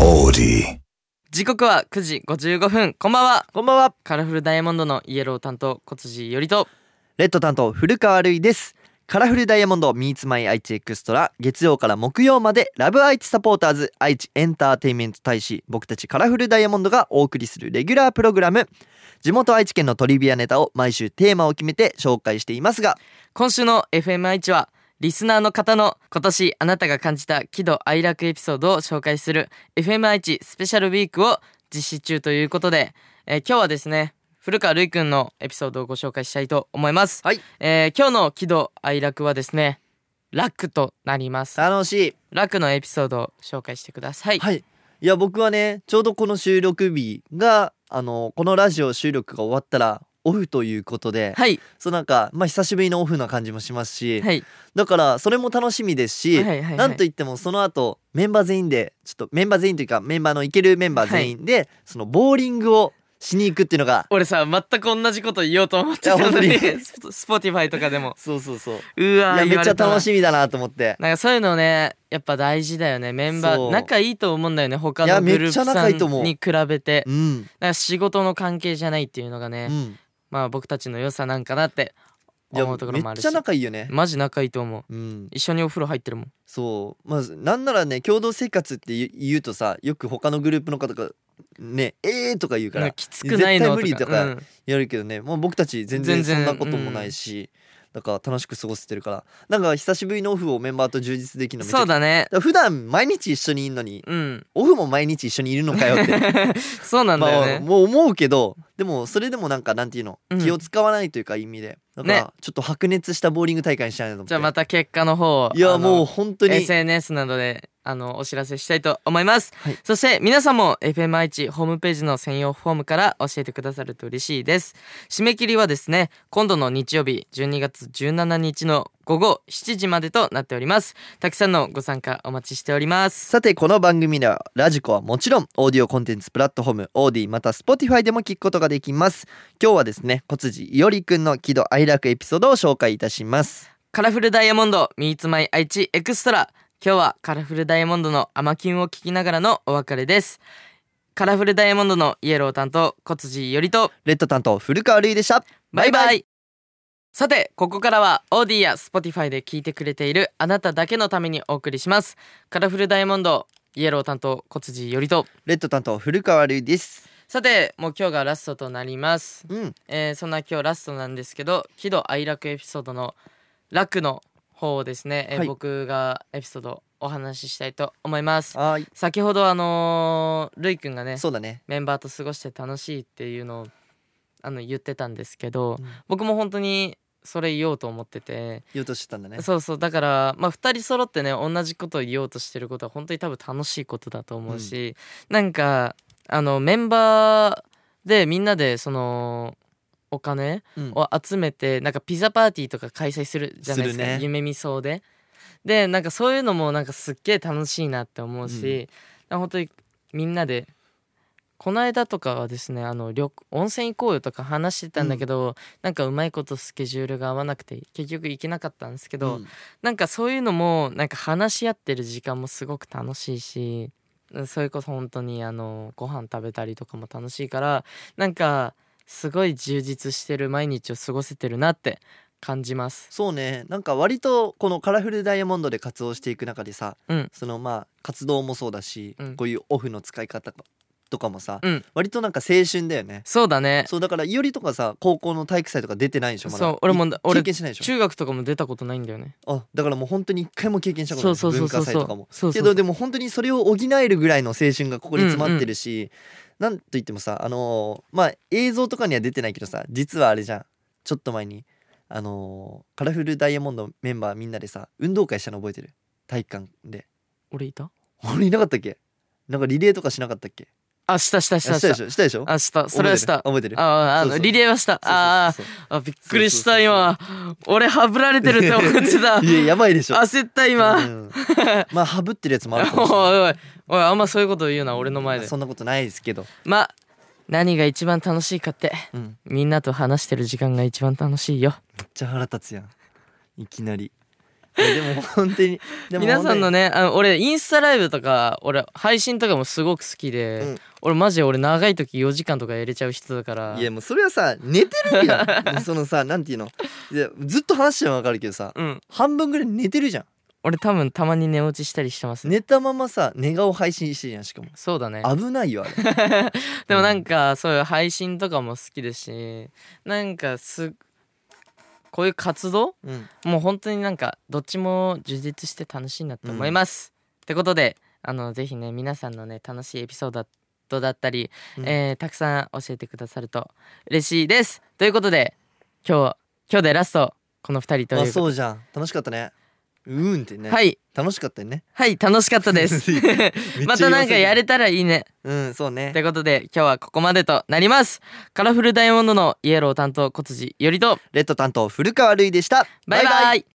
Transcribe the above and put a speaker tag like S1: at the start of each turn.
S1: Audi.
S2: 時刻は9時55分こんばんは
S3: こんばんは、
S2: カラフルダイヤモンドのイエロー担当小辻よりと
S3: レッド担当古川るいです。カラフルダイヤモンド Meets My 愛知エクストラ月曜から木曜までラブ愛知サポーターズ愛知エンターテインメント大使僕たちカラフルダイヤモンドがお送りするレギュラープログラム地元愛知県のトリビアネタを毎週テーマを決めて紹介していますが
S2: 今週の FM 愛知はリスナーの方の今年あなたが感じた喜怒哀楽エピソードを紹介する FM 愛知スペシャルウィークを実施中ということで、えー今日はですね古川るいくんのエピソードをご紹介したいと思います、
S3: はい
S2: えー今日の喜怒哀楽はですね楽となります
S3: 楽しい
S2: 楽のエピソードを紹介してください、
S3: はいいや僕はねちょうどこの収録日があのこのラジオ収録が終わったらオフということで、
S2: はい
S3: そうなんかまあ久しぶりのオフな感じもしますし、
S2: はい
S3: だからそれも楽しみですし、
S2: はいはいはい
S3: なんといってもその後メンバー全員でちょっとメンバー全員というかメンバーのいけるメンバー全員で、そのボーリングをしに行くっていうのが
S2: 俺さ全く同じこと言おうと思ってたの
S3: い
S2: に
S3: や本
S2: スポ スポティファイとかでも
S3: そうそうそう
S2: うわ
S3: い
S2: ー
S3: やめ
S2: 言
S3: っ
S2: わ
S3: ちゃ
S2: れたな
S3: 楽しみだなと思って
S2: なんかそういうのねやっぱ大事だよねメンバ
S3: そ
S2: ー
S3: う
S2: 仲いいと思うんだよね他
S3: いや
S2: のグループ
S3: めっちゃ
S2: さ
S3: 仲いいと思
S2: ん
S3: う
S2: に比べて
S3: うん、
S2: なんか仕事の関係じゃないっていうのがね、
S3: うん、
S2: まあ僕たちの良さなんかなって
S3: いや
S2: 思うところも
S3: め
S2: あ
S3: っ
S2: る
S3: ち
S2: し
S3: ゃ仲いいよね
S2: マジ仲いいと思う
S3: うん
S2: 一緒にお風呂入ってるもん
S3: そうまずなんならね共同生活って言う言うとさよく他のグループの方がねえーとか言うか
S2: なん
S3: ら
S2: かきつくないの
S3: 絶対無理とか
S2: うん
S3: やるけどねもう僕たち全
S2: 全
S3: 然
S2: 然
S3: そんなこともないし、だから楽しく過ごせてるからなんか久しぶりのオフをメンバーと充実できるのめちゃくちゃ
S2: そうだね
S3: だから普段毎日一緒にいるのに
S2: うん
S3: オフも毎日一緒にいるの かよって
S2: そうなんだよ
S3: まあ
S2: ね、
S3: もう思うけどでもそれでもなんかなんていうの
S2: うん
S3: 気を使わないというか意味で、だからちょっと白熱したボーリング大会にしたいなと思って
S2: じゃあまた結果の方を
S3: いや
S2: あの
S3: もう本当に
S2: SNS などであのお知らせしたいと思います、
S3: はい
S2: そして皆さんも FM 愛知ホームページの専用フォームから教えてくださると嬉しいです締め切りはですね今度の日曜日12月17日の午後7時までとなっておりますたくさんのご参加お待ちしております
S3: さてこの番組ではラジコはもちろんオーディオコンテンツプラットフォームオーディまた Spotify でも聞くことができます今日はですね小辻いおりくんの喜怒哀楽エピソードを紹介いたします
S2: カラフルダイヤモンド Meets My 愛知エクストラ今日はカラフルダイヤモンドのアマキュンを聞きながらのお別れですカラフルダイヤモンドのイエロー担当小辻よりと
S3: レッド担当古川るいでした
S2: バイバイさてここからはオーディや Spotify で聞いてくれているあなただけのためにお送りしますカラフルダイヤモンドイエロー担当小辻よりと
S3: レッド担当古川るいです
S2: さてもう今日がラストとなります、
S3: うん
S2: えーそんな今日ラストなんですけど喜怒哀楽エピソードの楽の方をですね、えー
S3: はい
S2: 僕がエピソードお話ししたいと思います
S3: はい
S2: 先ほどあのー、るいくんがね
S3: そうだね
S2: メンバーと過ごして楽しいっていうのをあの言ってたんですけど、
S3: うん
S2: 僕も本当にそれ言おうと思ってて、
S3: 言おうとしてたんだね
S2: そうそうだから、まあ、2人揃ってね同じことを言おうとしてることは本当に多分楽しいことだと思うし、なんかあのメンバーでみんなでそのお金
S3: うん
S2: を集めてなんかピザパーティーとか開催するじゃないですか
S3: するね
S2: 夢見そうで。でなんかそういうのもなんかすっげえ楽しいなって思うし、本当にみんなでこの間とかはですねあの旅温泉行こうよとか話してたんだけど、なんかうまいことスケジュールが合わなくて結局行けなかったんですけど、
S3: うん
S2: なんかそういうのもなんか話し合ってる時間もすごく楽しいしうんそれこそ本当にあのご飯食べたりとかも楽しいからなんかすごい充実してる毎日を過ごせてるなって感じます。
S3: そうねなんか割とこのカラフルダイヤモンドで活動していく中でさ、
S2: うん
S3: そのまあ活動もそうだし、
S2: うん
S3: こういうオフの使い方とかもさ、
S2: うん
S3: 割となんか青春だよね
S2: そうだね
S3: そうだからいおりとかさ高校の体育祭とか出てないでしょまだ
S2: そう俺も
S3: い
S2: 俺
S3: 経験しないでしょ
S2: 中学とかも出たことないんだよね。
S3: あだからもう本当に一回も経験したこと
S2: そ
S3: な
S2: う
S3: い
S2: そうそうそう
S3: 文
S2: そ
S3: 化
S2: う
S3: 祭とかも
S2: そうそ
S3: け
S2: うそ
S3: ど
S2: う
S3: でも本当にそれを補えるぐらいの青春がここに詰まってるし、なんといってもさあのーまあ映像とかには出てないけどさ実はあれじゃんちょっと前にあのーカラフルダイヤモンドメンバーみんなでさ運動会したの覚えてる体育館で
S2: 俺いた
S3: 俺いなかったっけなんかリレーとかしなかったっけ
S2: あしたしたした
S3: あしたでしょしたでしょ
S2: あしたそれはしたあ
S3: 覚えてる覚
S2: ああ
S3: そう
S2: の
S3: そう
S2: リレーはした
S3: えてる
S2: あー
S3: そうそうそう
S2: あびっくりした
S3: そうそうそう
S2: 今俺ハブられてるって思ってた
S3: いややばいでしょ
S2: 焦った今、
S3: うんまあハブってるやつも
S2: お
S3: あ
S2: い
S3: る かもしれない
S2: おいおいあんまそういうこと言うな俺の前で
S3: そんなことないですけど、
S2: まあ何が一番楽しいかって
S3: うん、
S2: みんなと話してる時間が一番楽しいよ
S3: めっちゃ腹立つやんいきなりやでも本 当にでも
S2: 皆さんの
S3: ね
S2: ねあの俺インスタライブとか俺配信とかもすごく好きで、
S3: うん
S2: 俺マジで俺長い時4時間とかやれちゃう人だから
S3: いやもうそれはさ寝てる やんそのさなんていうのいやずっと話してるの分かるけどさ
S2: うん
S3: 半分ぐらい寝てるじゃん
S2: 俺多分たまに寝落ちしたりしてますね
S3: 寝たままさ寝顔配信してるやんしかも
S2: そうだね
S3: 危ないよあれ
S2: でもなんかそういう配信とかも好きですしなんかすこういう活動
S3: うん
S2: もう本当になんかどっちも充実して楽しいなと思います、ってことであのぜひね皆さんのね楽しいエピソードだったり、
S3: うん
S2: えーたくさん教えてくださると嬉しいですということで今日は今日でラストこの2人という
S3: あ
S2: こと
S3: そうじゃん楽しかったねうーんってね、
S2: はい
S3: 楽しかったよね
S2: はい楽しかったです またなんかやれたらいいね
S3: うんそうね
S2: ということで今日はここまでとなりますカラフルダイヤモンドのイエロー担当小辻よりと
S3: レッド担当古川るいでした
S2: バイバイ